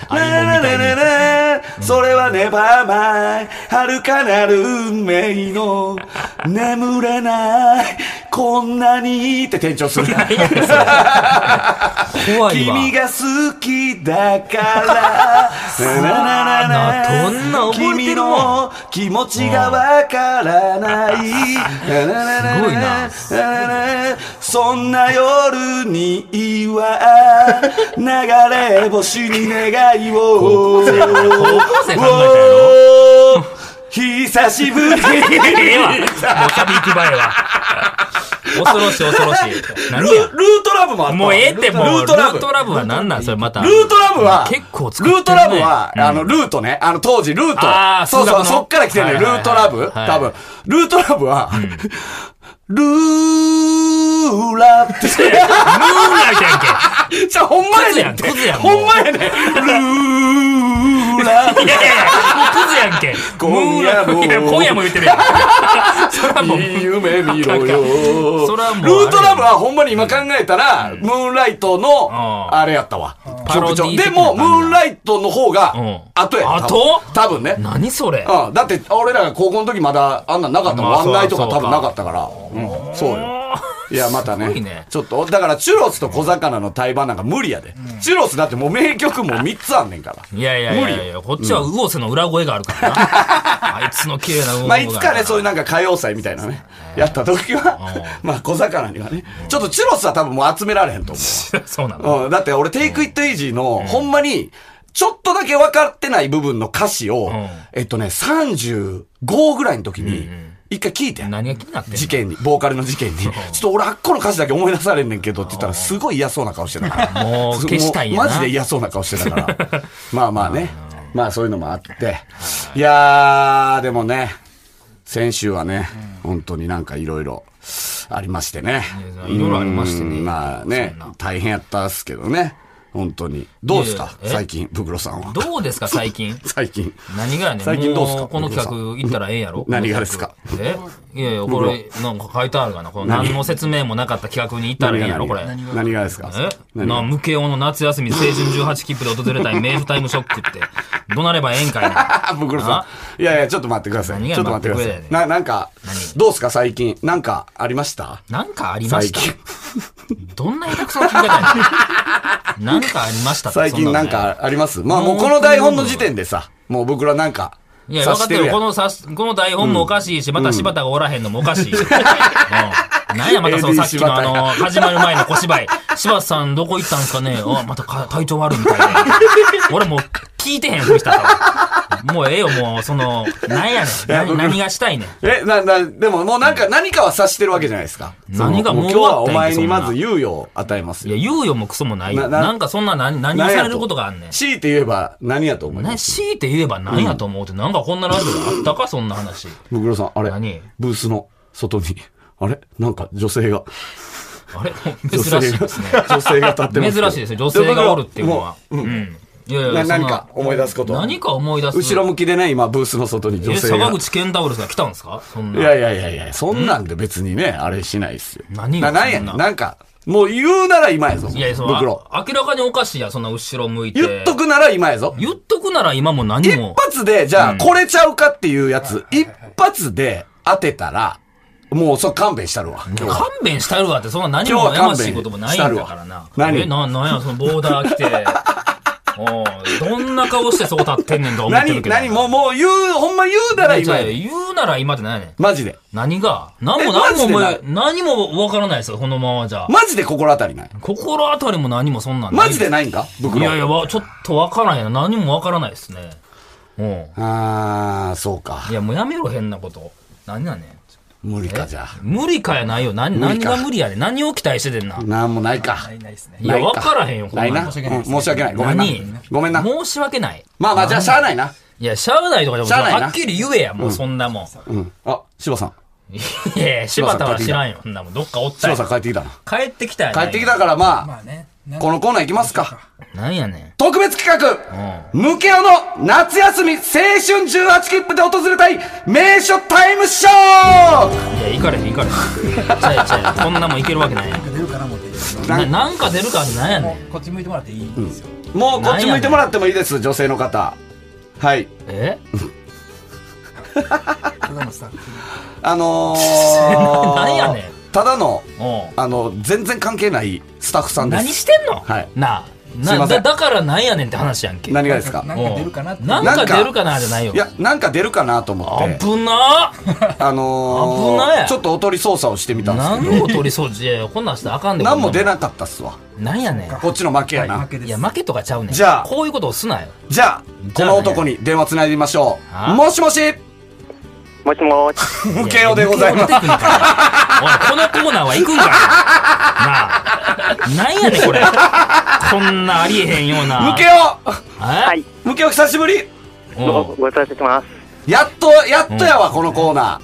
[SPEAKER 3] ララララそれはネバーマイ、遥かなる運命の、眠れない、こんなにって店長する。
[SPEAKER 2] 怖いわ。
[SPEAKER 3] 君が好きだ から。
[SPEAKER 2] どんな覚えて
[SPEAKER 3] 君
[SPEAKER 2] るも
[SPEAKER 3] の気持ちがわからない。す
[SPEAKER 2] ごいな
[SPEAKER 3] そんな夜には流れ星に願いを。
[SPEAKER 2] 生考えたやろ
[SPEAKER 3] おー久しぶり。
[SPEAKER 2] ええわ。もうサビ行き場えわ。恐ろしい 恐ろしい。
[SPEAKER 3] ル
[SPEAKER 2] 何や
[SPEAKER 3] ルー。トラブもあったわ
[SPEAKER 2] もうええってもう。
[SPEAKER 3] ルートラブ。
[SPEAKER 2] は何なんそれまた。
[SPEAKER 3] ルートラブは、
[SPEAKER 2] 結構作ってるね
[SPEAKER 3] ルートラブは、あの、ルートね。あの、当時、ルート。
[SPEAKER 2] あー
[SPEAKER 3] そう
[SPEAKER 2] 数学
[SPEAKER 3] そう、
[SPEAKER 2] の
[SPEAKER 3] そっから来てるね。
[SPEAKER 2] は
[SPEAKER 3] ル
[SPEAKER 2] いはいはい
[SPEAKER 3] ートラブ
[SPEAKER 2] はい
[SPEAKER 3] 多分。ルートラブは、ルー ラって。
[SPEAKER 2] ムーンライトやんけ。
[SPEAKER 3] じゃあ、ほんまやねんって。
[SPEAKER 2] クズやんクズやんもう
[SPEAKER 3] ほんまやねん。ル
[SPEAKER 2] いやいやいや、クズ
[SPEAKER 3] ーラ
[SPEAKER 2] やんけ。ムーンライト。
[SPEAKER 3] 今夜も
[SPEAKER 2] いや今夜も言ってるやん。そらもう。
[SPEAKER 3] いい夢見ろよ。ル
[SPEAKER 2] そらもうあれ
[SPEAKER 3] ートラブはほんまに今考えたら、ムーンライトの、
[SPEAKER 2] ん
[SPEAKER 3] あれやったわ。
[SPEAKER 2] パロ
[SPEAKER 3] 曲
[SPEAKER 2] ディ
[SPEAKER 3] 調。
[SPEAKER 2] ー的
[SPEAKER 3] で
[SPEAKER 2] な
[SPEAKER 3] も、ムーンライトの方が
[SPEAKER 2] うん、
[SPEAKER 3] 後やった。
[SPEAKER 2] 後
[SPEAKER 3] 多分ね。
[SPEAKER 2] 何それ。
[SPEAKER 3] うん、だって俺らが高校の時まだあんなんなかったもん、
[SPEAKER 2] まあ
[SPEAKER 3] ワンナイトが
[SPEAKER 2] そうか
[SPEAKER 3] 多分なかったからうんそうよいやまた
[SPEAKER 2] す
[SPEAKER 3] ね
[SPEAKER 2] ごいね
[SPEAKER 3] ちょっとだからチュロスと小魚の対バンなんか無理やで、チュロスだってもう名曲もう3つあんねんから
[SPEAKER 2] いやいやいやいや、こっちはウオセの裏声がある からな。あいつの綺麗なウオセ。
[SPEAKER 3] まあいつかねそういうなんか歌謡祭みたいなねやった時は まあ小魚にはねちょっとチュロスは多分もう集められへんと思う
[SPEAKER 2] そうなの。
[SPEAKER 3] うん、だって俺、テイクイットイージーの、ほんまに、ちょっとだけ分かってない部分の歌詞を、
[SPEAKER 2] ん
[SPEAKER 3] えっとね、35ぐらいの時に、一回聞いてん、
[SPEAKER 2] 何が気になってんの
[SPEAKER 3] 事件に、ボーカルの 事件に、ちょっと俺、あっこの歌詞だけ思い出されんねんけどって言ったら、すごい嫌そうな顔してたから。
[SPEAKER 2] もう
[SPEAKER 3] す
[SPEAKER 2] 消したいんやな
[SPEAKER 3] もうマジで嫌そうな顔して たから。まあまあね。まあそういうのもあって。いやー、でもね、先週はね、本当になんかいろいろありましてね。
[SPEAKER 2] いろいろありまして
[SPEAKER 3] う
[SPEAKER 2] ね。
[SPEAKER 3] んまあね
[SPEAKER 2] そんな、
[SPEAKER 3] 大変やったっすけどね。本当に。どうで
[SPEAKER 2] い
[SPEAKER 3] すか
[SPEAKER 2] やいやえ
[SPEAKER 3] 最近、ブクロさんは。
[SPEAKER 2] どうですか、最近。
[SPEAKER 3] 最近。
[SPEAKER 2] 何がやねん。
[SPEAKER 3] 最近どうっすか
[SPEAKER 2] もこの企画行ったらええやろ
[SPEAKER 3] 何がですか
[SPEAKER 2] えいやいや、これ、なんか書いてあるがな。この何の説明もなかった企画に行ったらええやろ、これ。
[SPEAKER 3] 何がですか
[SPEAKER 2] え
[SPEAKER 3] 何が
[SPEAKER 2] な、無形の夏休み青春18切符で訪れたい冥府タイムショックって、どなればええんかいな。
[SPEAKER 3] あ、ブクロさん。いやいや、ちょっと待ってください。
[SPEAKER 2] 何が
[SPEAKER 3] ちょっと待ってくだ
[SPEAKER 2] 待
[SPEAKER 3] さ
[SPEAKER 2] っ
[SPEAKER 3] い
[SPEAKER 2] て。くれ
[SPEAKER 3] な、なんか、どうですか最近。なんか、ありました
[SPEAKER 2] なんかありま
[SPEAKER 3] 最
[SPEAKER 2] し
[SPEAKER 3] 近。
[SPEAKER 2] た。どんな下手くそな聞き方やねん。なんかありましたって
[SPEAKER 3] 最近なん。かありますまあもうこの台本の時点でさ、もう僕らなんか、
[SPEAKER 2] そんないや、
[SPEAKER 3] 察
[SPEAKER 2] 分かっ
[SPEAKER 3] してて
[SPEAKER 2] る
[SPEAKER 3] る
[SPEAKER 2] よ。
[SPEAKER 3] や
[SPEAKER 2] こ
[SPEAKER 3] ん。
[SPEAKER 2] のさし、この台本もおかしいし、また柴田がおらへんのもおか しい。うんなんやまたその
[SPEAKER 3] AD
[SPEAKER 2] さっきのあ
[SPEAKER 3] 柴田
[SPEAKER 2] の、
[SPEAKER 3] が
[SPEAKER 2] 始まる前の小芝居。柴田さんどこ行ったんすか ねあ、またか体調悪いみたいで。俺もう聞いてへんふりしたから。もうええよ、もう、その、なんやねん。
[SPEAKER 3] や
[SPEAKER 2] な
[SPEAKER 3] 僕
[SPEAKER 2] 何がしたいねん。
[SPEAKER 3] え、な、な、でももうなんか、何かは察してるわけじゃないですか。
[SPEAKER 2] 何が
[SPEAKER 3] その
[SPEAKER 2] も
[SPEAKER 3] もう
[SPEAKER 2] う
[SPEAKER 3] 今日
[SPEAKER 2] 終わっ
[SPEAKER 3] は
[SPEAKER 2] た
[SPEAKER 3] お
[SPEAKER 2] んや
[SPEAKER 3] 前にま
[SPEAKER 2] そ
[SPEAKER 3] ず
[SPEAKER 2] ん
[SPEAKER 3] 猶予を与えます
[SPEAKER 2] いや、
[SPEAKER 3] よ。
[SPEAKER 2] 猶予もクソもないよ。
[SPEAKER 3] なな
[SPEAKER 2] なんかそんな何、何を
[SPEAKER 3] 何や
[SPEAKER 2] さ
[SPEAKER 3] と
[SPEAKER 2] れることがあんねん。
[SPEAKER 3] 強いて言えば何やと思いま
[SPEAKER 2] ね、
[SPEAKER 3] す
[SPEAKER 2] 強いて言えば何やと思うって、なんかこんなラジオあったか、そんな話。
[SPEAKER 3] ブクロさん、あれ
[SPEAKER 2] 何
[SPEAKER 3] ブースの外に、あれなんか女性が、
[SPEAKER 2] あ れ
[SPEAKER 3] 女
[SPEAKER 2] 珍し
[SPEAKER 3] 性
[SPEAKER 2] い
[SPEAKER 3] が、
[SPEAKER 2] ですね。
[SPEAKER 3] 女性が立ってますけ
[SPEAKER 2] 珍
[SPEAKER 3] ど。
[SPEAKER 2] しいですね。女性がおるっていうのは。
[SPEAKER 3] もう
[SPEAKER 2] う
[SPEAKER 3] うん
[SPEAKER 2] ん。いやい
[SPEAKER 3] な
[SPEAKER 2] や、そ
[SPEAKER 3] 何か
[SPEAKER 2] んな
[SPEAKER 3] 思い出すことは
[SPEAKER 2] 何か思い出す。
[SPEAKER 3] 後ろ向きでね、今、ブースの外に女
[SPEAKER 2] え、
[SPEAKER 3] 性が
[SPEAKER 2] 坂。口健太郎が来たんですかそん
[SPEAKER 3] い
[SPEAKER 2] な。
[SPEAKER 3] やいやいやいや、そんなんで別にね、あれしないですよ。
[SPEAKER 2] 何が
[SPEAKER 3] ななんや
[SPEAKER 2] そんな
[SPEAKER 3] なんか、もう言うなら今やぞ。
[SPEAKER 2] いやいや、そ
[SPEAKER 3] ブク
[SPEAKER 2] の
[SPEAKER 3] ロ。
[SPEAKER 2] あ明らかにおかしいやん、そんな後ろ向いて。
[SPEAKER 3] 言っと。くなら今やぞ。
[SPEAKER 2] 言っとくなら今も何
[SPEAKER 3] 一
[SPEAKER 2] も。
[SPEAKER 3] 発で、じゃあ、これちゃうかっていうやつ、一発で当てたら、もう、そう勘弁したるわ。今日は
[SPEAKER 2] 勘弁したるわって、そんな何
[SPEAKER 3] 今日
[SPEAKER 2] も
[SPEAKER 3] は
[SPEAKER 2] やま
[SPEAKER 3] 勘弁
[SPEAKER 2] しいこともないんだからな
[SPEAKER 3] し。たるわ何
[SPEAKER 2] え、な、なんや、そのボーダー来て。 おうどんな顔してそう立ってんねんと思ってる
[SPEAKER 3] 何、
[SPEAKER 2] けど。
[SPEAKER 3] 何、もう、もう言う、ほんま言うなら
[SPEAKER 2] じゃ
[SPEAKER 3] 今
[SPEAKER 2] あ
[SPEAKER 3] やで。
[SPEAKER 2] 言うなら今って何やねん。
[SPEAKER 3] マジで。
[SPEAKER 2] 何が何も
[SPEAKER 3] えマ
[SPEAKER 2] 何も
[SPEAKER 3] ジで
[SPEAKER 2] 思
[SPEAKER 3] ない
[SPEAKER 2] い、何もわからないですよ、このままじゃ。
[SPEAKER 3] マジで心当たりない。
[SPEAKER 2] 心当たりも何もそんなんない
[SPEAKER 3] マジでないんか
[SPEAKER 2] い
[SPEAKER 3] 袋。
[SPEAKER 2] やいや、わちょっとわからへんな。何もわからないですね。うん。
[SPEAKER 3] あー、そうか
[SPEAKER 2] い。や、もうやめろ、変なこと。何やねん。
[SPEAKER 3] 無理か、じゃあ。
[SPEAKER 2] 無理かやないよ。何、
[SPEAKER 3] 無理
[SPEAKER 2] 何
[SPEAKER 3] か
[SPEAKER 2] が無理やねん。何を期待しててんな。
[SPEAKER 3] なんもないか。
[SPEAKER 4] ないですね
[SPEAKER 2] い。や、
[SPEAKER 3] ない
[SPEAKER 2] わ
[SPEAKER 3] か
[SPEAKER 2] からへんよ、こん
[SPEAKER 3] ない
[SPEAKER 2] な
[SPEAKER 3] な。
[SPEAKER 2] ん
[SPEAKER 3] うん申し訳ない。ごめんな
[SPEAKER 2] 何。
[SPEAKER 3] ごめんな。
[SPEAKER 2] 申し訳ない。
[SPEAKER 3] まあまあ、じゃあ、しゃあないな。
[SPEAKER 2] いや、しゃあないとかでも、
[SPEAKER 3] しゃあないな
[SPEAKER 2] はっきり言えや、もうそんなもん。
[SPEAKER 3] うん。あ、柴さん。
[SPEAKER 2] いやいや、柴田は知らんよ、そんなもん。どっかおった
[SPEAKER 3] 柴
[SPEAKER 2] よ
[SPEAKER 3] さん帰ってきたな。
[SPEAKER 2] 帰ってきたやない
[SPEAKER 3] 帰ってきたから、まあ、
[SPEAKER 4] まあね。
[SPEAKER 3] このコーナーいきますか。
[SPEAKER 2] なんやねん。
[SPEAKER 3] 特別企画、ムケオの夏休み青春18切符で訪れたい名所タイムショー
[SPEAKER 2] いや、行かれへん、行かれへん。ちゃうやちゃうやこんなもんいけるわけないやん。
[SPEAKER 4] 出るかな思って
[SPEAKER 2] ななんか出るかなんやねん。
[SPEAKER 4] こっち向いてもらっていいですよ、
[SPEAKER 3] もうこっち向いてもらってもいいです、女性の方。はい。
[SPEAKER 2] え、
[SPEAKER 4] ただのスタッフ
[SPEAKER 3] あの ー
[SPEAKER 2] なんやね
[SPEAKER 3] ただの、
[SPEAKER 2] おう
[SPEAKER 3] あの、全然関係ないスタッフさんです。
[SPEAKER 2] 何してんの、
[SPEAKER 3] はい
[SPEAKER 2] なあ
[SPEAKER 3] すい
[SPEAKER 2] な
[SPEAKER 3] ませ
[SPEAKER 2] だ
[SPEAKER 3] ん
[SPEAKER 2] だからなんやねんって話やんけ。
[SPEAKER 3] 何がですか
[SPEAKER 4] なんか出るかなって
[SPEAKER 2] なんか出るかなじゃないよ
[SPEAKER 3] い。や、なんか出るかなと思
[SPEAKER 2] あ
[SPEAKER 3] って、
[SPEAKER 2] ぶな
[SPEAKER 3] あの
[SPEAKER 2] 危な
[SPEAKER 3] ー、
[SPEAKER 2] い
[SPEAKER 3] ちょっとおとり捜査をしてみたんですけ
[SPEAKER 2] 何を取り掃除いやいやこんなんしたらあかんで
[SPEAKER 3] ど、何も出
[SPEAKER 2] い。
[SPEAKER 3] なかったっすわ。
[SPEAKER 2] なんやねん。
[SPEAKER 3] こっちの負けやな。
[SPEAKER 4] 負けです
[SPEAKER 2] いや、負けとかちゃうねん。
[SPEAKER 3] じゃあ
[SPEAKER 2] こういうことをすなよ。
[SPEAKER 3] じゃあ、
[SPEAKER 2] じ
[SPEAKER 3] こ
[SPEAKER 2] ゃあ
[SPEAKER 3] の
[SPEAKER 2] ね
[SPEAKER 3] 男に電話つないでみましょ
[SPEAKER 2] は
[SPEAKER 3] う。
[SPEAKER 2] い
[SPEAKER 3] もしもし、
[SPEAKER 5] もしもし。
[SPEAKER 3] ムケオでございます
[SPEAKER 2] い。や。抜け落ちてくんかいおいこのコーナーは行くんかいなあ。なんやねん、これ。こんなありえへんような。
[SPEAKER 3] ムケオ
[SPEAKER 2] は
[SPEAKER 5] はい。
[SPEAKER 3] ムケオ久しぶり
[SPEAKER 5] ご、ご無沙汰してま
[SPEAKER 3] やっと、やっとやわ、このコーナ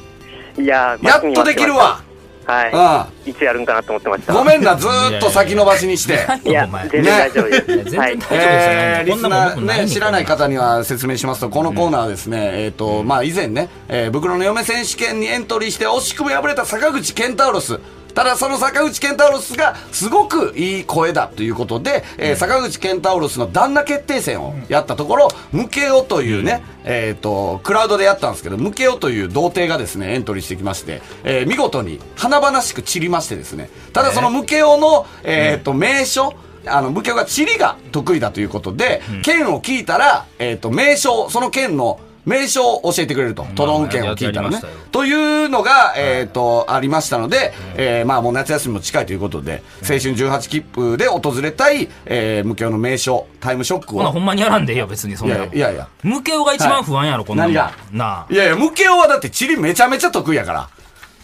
[SPEAKER 5] す。いやー、
[SPEAKER 3] ー。やっとできるわ。
[SPEAKER 5] 待ってました。は
[SPEAKER 3] う
[SPEAKER 5] い。いつやるんかなと思ってまし
[SPEAKER 3] ん。
[SPEAKER 5] た。
[SPEAKER 3] ごめんな、ずーっと先延ばしにして。
[SPEAKER 5] いや
[SPEAKER 2] お前、
[SPEAKER 5] 全然大丈夫で
[SPEAKER 2] ね
[SPEAKER 5] す。はい
[SPEAKER 2] 全。然
[SPEAKER 3] えー、リ
[SPEAKER 2] こん
[SPEAKER 3] ス
[SPEAKER 2] なもん
[SPEAKER 3] ナ
[SPEAKER 2] 僕
[SPEAKER 3] ー
[SPEAKER 2] ないね
[SPEAKER 3] ね、
[SPEAKER 2] ん
[SPEAKER 3] 知らない方には説明しますと、このコーナーはですね、えっ、と、まあ、以前ね、えー、袋の嫁選手権にエントリーして、惜しくも敗れた坂口健太郎ス。ただ、その坂口健太郎スが、すごくいい声だということで、えー坂口健太郎スの旦那決定戦をやったところ、ムケオというね、えっ、と、クラウドでやったんですけど、ムケオという童貞がですね、エントリーしてきまして、えー見事に華々しく散りましてですね、ただそのムケオの、えっ、と、名所、あの、武教が地理が得意だということで、県を聞いたら、えっ、と、名称、その県の名称を教えてくれると。都道府県を聞いたら
[SPEAKER 2] や
[SPEAKER 3] ね
[SPEAKER 2] ってありましたよ。
[SPEAKER 3] というのが、えっ、と、ありましたので、えーまあもう夏休みも近いということで、青春18切符で訪れたい、えー、無教の名称、タイムショック
[SPEAKER 2] こんなんほ
[SPEAKER 3] を。
[SPEAKER 2] んまにやらんでええよ、別にそ
[SPEAKER 3] い
[SPEAKER 2] んな
[SPEAKER 3] や
[SPEAKER 2] の
[SPEAKER 3] いや、いやいや。
[SPEAKER 2] ムケオが一番不安やろ、こんなもん。
[SPEAKER 3] 何が
[SPEAKER 2] ない
[SPEAKER 3] やいや、無教はだって地理めちゃめちゃ得意やから。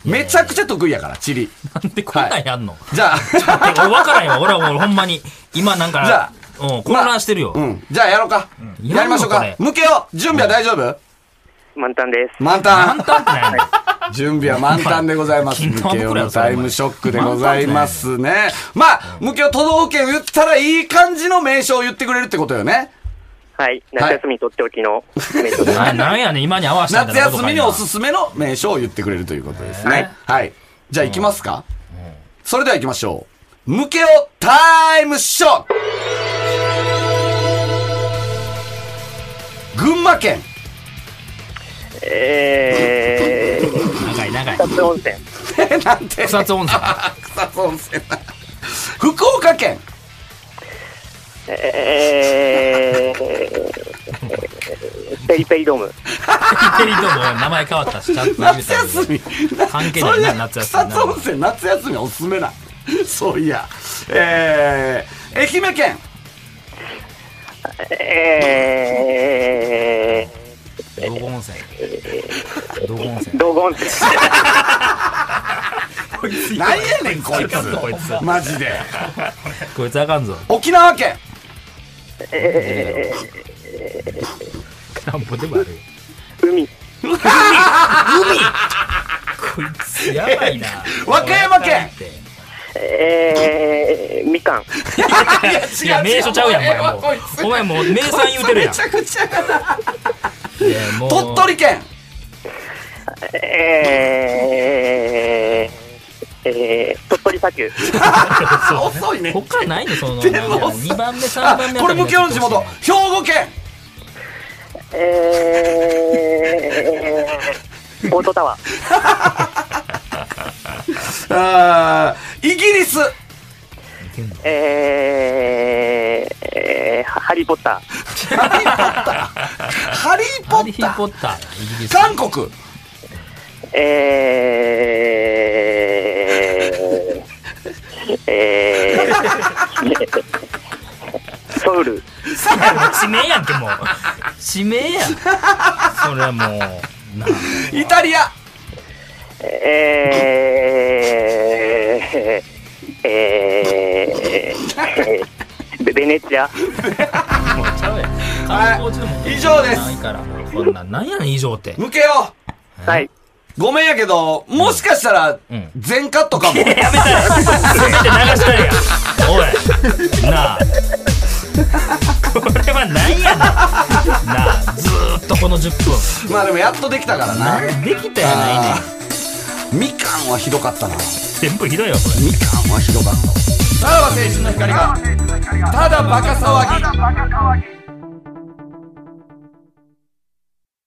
[SPEAKER 3] めちゃくちゃ得意やから、地理。
[SPEAKER 2] あ。なんでこんなんやんの、
[SPEAKER 3] じ ゃあ、
[SPEAKER 2] だって俺分からんよ。俺はもうほんまに、今なん
[SPEAKER 3] じゃ
[SPEAKER 2] か
[SPEAKER 3] あ、
[SPEAKER 2] うん混乱してるよ。
[SPEAKER 3] うん。じゃあやろうか。
[SPEAKER 2] うん
[SPEAKER 3] やりましょうか
[SPEAKER 2] や。る
[SPEAKER 3] 無教、準備は大丈夫、
[SPEAKER 5] 満タンです。
[SPEAKER 3] 満タン。
[SPEAKER 2] 簡単ってなんやねん
[SPEAKER 3] 準備は満タンでございます。
[SPEAKER 2] 金
[SPEAKER 3] 無
[SPEAKER 2] 玉
[SPEAKER 3] 形
[SPEAKER 2] 袋
[SPEAKER 3] の
[SPEAKER 2] やそれ
[SPEAKER 3] タイムショックでございますね。まあ、無形都道府県言ったらいい感じの名称を言ってくれるってことよね。
[SPEAKER 5] はい。夏休みとっておきのメントです。
[SPEAKER 2] ななんやねん、今に合わせたみ
[SPEAKER 3] 夏
[SPEAKER 2] たいなこと
[SPEAKER 3] 休
[SPEAKER 2] か
[SPEAKER 3] み
[SPEAKER 2] い
[SPEAKER 3] に
[SPEAKER 2] な
[SPEAKER 3] おすすめの名称を言ってくれるということですね。はい。じゃあ行きますか。それでは行きましょう。無形タイムショック群馬県、
[SPEAKER 5] えー、
[SPEAKER 2] 長い長い。
[SPEAKER 5] 草津温泉、
[SPEAKER 3] なんて、
[SPEAKER 2] 草津温 泉。
[SPEAKER 3] 草津温泉 だ福岡県、
[SPEAKER 5] えー、ペリペリドーム、
[SPEAKER 2] ペリドーム名前変わったし、ちゃんと言う
[SPEAKER 3] 夏
[SPEAKER 2] たらいい
[SPEAKER 3] 休み
[SPEAKER 2] 関係ないな夏休み
[SPEAKER 3] 草津温泉夏休みおすすめなそういやえー、愛媛県
[SPEAKER 5] え
[SPEAKER 2] 道後温泉。道後温
[SPEAKER 5] ー、
[SPEAKER 2] 泉。
[SPEAKER 5] 道後温泉、
[SPEAKER 3] なんやねんこい
[SPEAKER 2] ちょっとこい
[SPEAKER 3] つ
[SPEAKER 2] つ
[SPEAKER 3] マジで
[SPEAKER 2] こいつあかんぞ。
[SPEAKER 3] 沖縄県。
[SPEAKER 5] え
[SPEAKER 2] なんぼでもあるよ。
[SPEAKER 5] ー、海、
[SPEAKER 2] こいつやばいな
[SPEAKER 3] 和歌山県
[SPEAKER 5] えー、みかん、
[SPEAKER 2] いや、名所ちゃうやん、お前も
[SPEAKER 3] こいつ
[SPEAKER 2] う。お前もう名産言うてるや。
[SPEAKER 3] こいつめちゃくちゃだなん
[SPEAKER 2] いやもう
[SPEAKER 3] 鳥取県
[SPEAKER 5] えー、えー、鳥取砂丘、
[SPEAKER 3] あ遅いね
[SPEAKER 2] 他ないの、その。
[SPEAKER 3] でも
[SPEAKER 2] 2番目、3
[SPEAKER 3] あ
[SPEAKER 2] 番目。
[SPEAKER 3] これ向けの地元兵庫県
[SPEAKER 5] えー、オートタワー、
[SPEAKER 3] あーイギリス
[SPEAKER 5] えー、えー、ハリーポッター、
[SPEAKER 3] ハリー・ポッターハリー・ポ
[SPEAKER 2] ハリ
[SPEAKER 3] ッタ
[SPEAKER 2] ー・ポ
[SPEAKER 3] ー
[SPEAKER 2] ッター、イギリス。
[SPEAKER 3] 韓国
[SPEAKER 5] えー、えー、ソウル、
[SPEAKER 2] いやもう地名やんけ、もう。地名 やん。それはもう。な
[SPEAKER 3] イタリア
[SPEAKER 5] えー、えー、ベベネチア、
[SPEAKER 2] もうちゃうやん。
[SPEAKER 3] は
[SPEAKER 2] 観
[SPEAKER 3] い
[SPEAKER 2] 光地でも
[SPEAKER 3] 以上です
[SPEAKER 2] ないから、もうこんなん、なんやねん、以上って。
[SPEAKER 3] 向けよ
[SPEAKER 5] はい、
[SPEAKER 3] ごめんやけど、もしかしたら、全カットかも。
[SPEAKER 6] 全て流したるやんおいなあこれは何やねんなあずーっとこの10分
[SPEAKER 3] まあでもやっとできたからな。
[SPEAKER 6] できたやないねん
[SPEAKER 3] あーみかんはひどかったな。
[SPEAKER 6] 全部ひどいよこれ
[SPEAKER 3] みかんはひどかった。さらば青春の光が、ただバカ騒ぎ。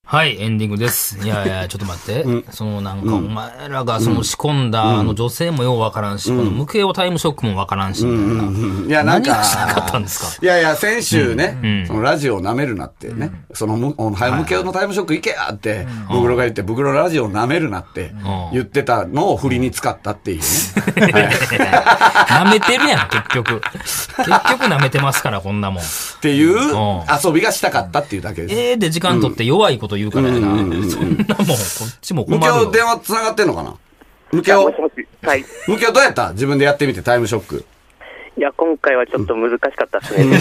[SPEAKER 2] はい、エンディング です。いやいや、ちょっと待って。そのなんか、お前らがその仕込んだ、あの女性もようわからんし、この無形をタイムショックもわからんし、みたいな。
[SPEAKER 3] いや、なん
[SPEAKER 2] 何
[SPEAKER 3] か
[SPEAKER 2] が、したかったんですか
[SPEAKER 3] いやいや、先週ね、そのラジオを舐めるなってね、そのむ、お前向けのタイムショック行けやって、ブクロが言って、ブクロラジオを舐めるなって言ってたのを振りに使ったっていうね。はい
[SPEAKER 2] 舐めてるやん、結局。結局舐めてますから、こんなもん。
[SPEAKER 3] っていう
[SPEAKER 2] うん
[SPEAKER 3] 遊びがしたかったっていうだけです。
[SPEAKER 2] ええで時間取って弱いこと言うからやな。そんなもん、こっちも困
[SPEAKER 3] 向
[SPEAKER 2] る
[SPEAKER 3] け
[SPEAKER 2] よ。
[SPEAKER 3] 電話繋がってんのかな向け
[SPEAKER 5] あもしもし。はい。い
[SPEAKER 3] 向けどうやった自分でやってみてタイムショック。
[SPEAKER 5] や、今回はちょっと難しかったですね。
[SPEAKER 2] 違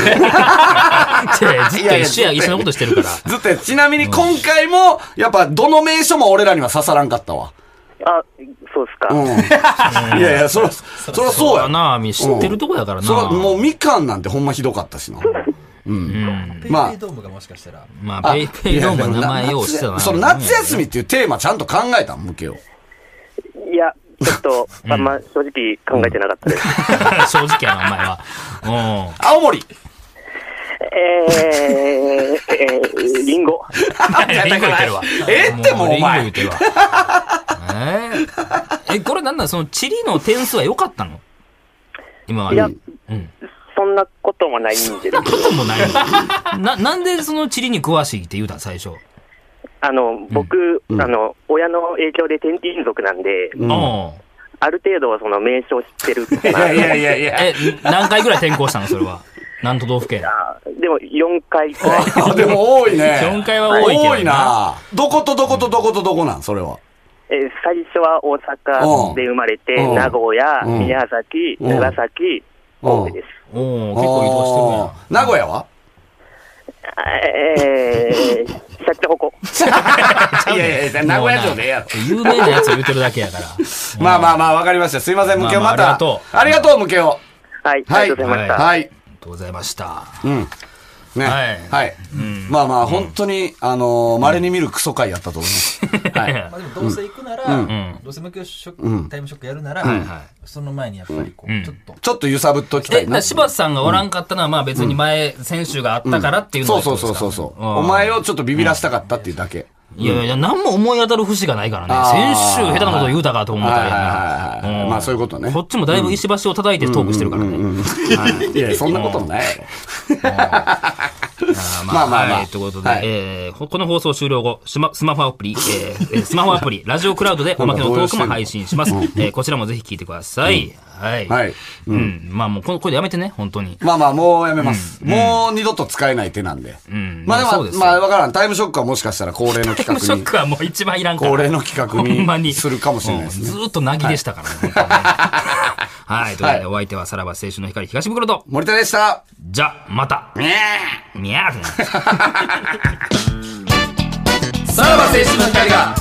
[SPEAKER 2] うずっと一緒や、
[SPEAKER 3] いやいや
[SPEAKER 2] 一緒のことしてるから。
[SPEAKER 3] ずっとやちなみに今回も、やっぱどの名所も俺らには刺さらんかったわ。
[SPEAKER 5] あ、そうですか。
[SPEAKER 3] うん。い やいや、そら、そらそうや。
[SPEAKER 2] なあ、み知ってるとこやからな。
[SPEAKER 3] そら、もうみかんなんてほんまひどかったしな。
[SPEAKER 4] ペイペイ
[SPEAKER 3] まあ
[SPEAKER 4] ドームがもしかしたら、
[SPEAKER 2] まあ、ペイペイドームは名前をしてたな。
[SPEAKER 3] その夏休みっていうテーマちゃんと考えたん向けよ。
[SPEAKER 5] いや、ちょっと、あんま正直考えてなかったで す。
[SPEAKER 2] 正直やな、お前は。うん。
[SPEAKER 3] 青 森
[SPEAKER 5] えー、えー、リンゴ。
[SPEAKER 2] リンゴ言ってるわ。
[SPEAKER 3] ええってもうお
[SPEAKER 2] リンゴ言
[SPEAKER 3] 前
[SPEAKER 2] ってるわ。えーえ、これなんなんその、地理の点数は良かったの今は。
[SPEAKER 5] いや
[SPEAKER 2] うん。
[SPEAKER 5] そんなこともないんで、
[SPEAKER 2] こともないのな、なんでその地理に詳しいって言うたん、最初。
[SPEAKER 5] あの、僕、あの、親の影響で天津族なんで、
[SPEAKER 2] うん。
[SPEAKER 5] ある程度はその名称知ってる
[SPEAKER 3] い
[SPEAKER 5] か
[SPEAKER 3] や
[SPEAKER 5] な。
[SPEAKER 3] いやいやい や。
[SPEAKER 2] え、何回ぐらい転校したの、それは。何都道府県。
[SPEAKER 5] でも、4回くらい。
[SPEAKER 3] あでも多 いね。
[SPEAKER 2] 4回は多いけど。
[SPEAKER 3] 多い。な。どことどことどことどこなんそれは。
[SPEAKER 5] えー最初は大阪で生まれて、
[SPEAKER 3] うん
[SPEAKER 5] 名古屋、
[SPEAKER 3] うん
[SPEAKER 5] 宮崎、
[SPEAKER 3] うん
[SPEAKER 5] 長崎、
[SPEAKER 3] うん
[SPEAKER 5] 神戸です。
[SPEAKER 2] おお結構移動してるやん。
[SPEAKER 3] 名古屋 は
[SPEAKER 5] えー、シャチホコ。
[SPEAKER 3] いや いや、名古屋城でええやろ。
[SPEAKER 2] 有名なやつを言ってるだけやから。
[SPEAKER 3] まあまあまあ、わかりました。すいません、ムケオ
[SPEAKER 2] まあ
[SPEAKER 3] ま
[SPEAKER 2] まあありが
[SPEAKER 3] た。
[SPEAKER 2] とう
[SPEAKER 3] ありがとう、ムケオ。
[SPEAKER 5] はい、
[SPEAKER 3] は
[SPEAKER 5] あ
[SPEAKER 3] い
[SPEAKER 5] りがとうございました。
[SPEAKER 3] はい。
[SPEAKER 2] ありがとうございました。
[SPEAKER 3] うん。ね。
[SPEAKER 2] はい
[SPEAKER 3] はい。まあまあ、本当に、あのー、稀に見るクソ回やったと思います。はい。
[SPEAKER 4] まあ、でもどうせ行くなら、どうせ無給ショック、タイムショックやるなら、その前にやっぱりこう、ちょっと、
[SPEAKER 3] ちょっと揺さぶっときた
[SPEAKER 2] え、
[SPEAKER 3] い
[SPEAKER 2] だか
[SPEAKER 3] な
[SPEAKER 2] ら。柴田さんがおらんかったのは、まあ別に前、選手があったからっていうの
[SPEAKER 3] そ
[SPEAKER 2] は
[SPEAKER 3] うそうそうそうそう。お前をちょっとビビらしたかったっていうだけ。
[SPEAKER 2] いやいや、何も思い当たる節がないからね。
[SPEAKER 3] あー
[SPEAKER 2] 先週下手なこと言うたかと思っ
[SPEAKER 3] はい
[SPEAKER 2] た
[SPEAKER 3] はい
[SPEAKER 2] ら
[SPEAKER 3] はいはい。まあそういうことね
[SPEAKER 2] こ。っちもだいぶ石橋を叩いてトークしてるからね。
[SPEAKER 3] いや、そんなこともないやろ。
[SPEAKER 2] あー
[SPEAKER 3] まあまあまあ
[SPEAKER 2] はいということで、
[SPEAKER 3] はい
[SPEAKER 2] えーこの放送終了後、スマスマホアプリ、えーえ ースマホアプリ、ラジオクラウドでおまけのトークも配信します。えーこちらもぜひ聞いてください。はい。
[SPEAKER 3] はい。
[SPEAKER 2] うん。まあもうこの、これやめてね、本当に。
[SPEAKER 3] まあまあ、もうやめます。もう二度と使えない手なんで。
[SPEAKER 2] ん
[SPEAKER 3] まあで
[SPEAKER 2] そうで
[SPEAKER 3] も、
[SPEAKER 2] すよ
[SPEAKER 3] まあわからん。タイムショックはもしかしたら恒例の
[SPEAKER 2] ショ
[SPEAKER 3] 企画
[SPEAKER 2] ッ
[SPEAKER 3] に。
[SPEAKER 2] クはもう一番いらんから。
[SPEAKER 3] 恒例の企画にするかもしれないです
[SPEAKER 2] うんず
[SPEAKER 3] ね。
[SPEAKER 2] ーっとなぎでしたからね。本当にね はい。ということで、お相手はさらば青春の光東袋と、
[SPEAKER 3] 森田でした。
[SPEAKER 2] じゃ、また。
[SPEAKER 3] ね
[SPEAKER 2] みゃーってな
[SPEAKER 3] えさらば青春の光が、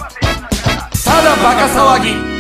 [SPEAKER 3] ただバカ騒ぎ。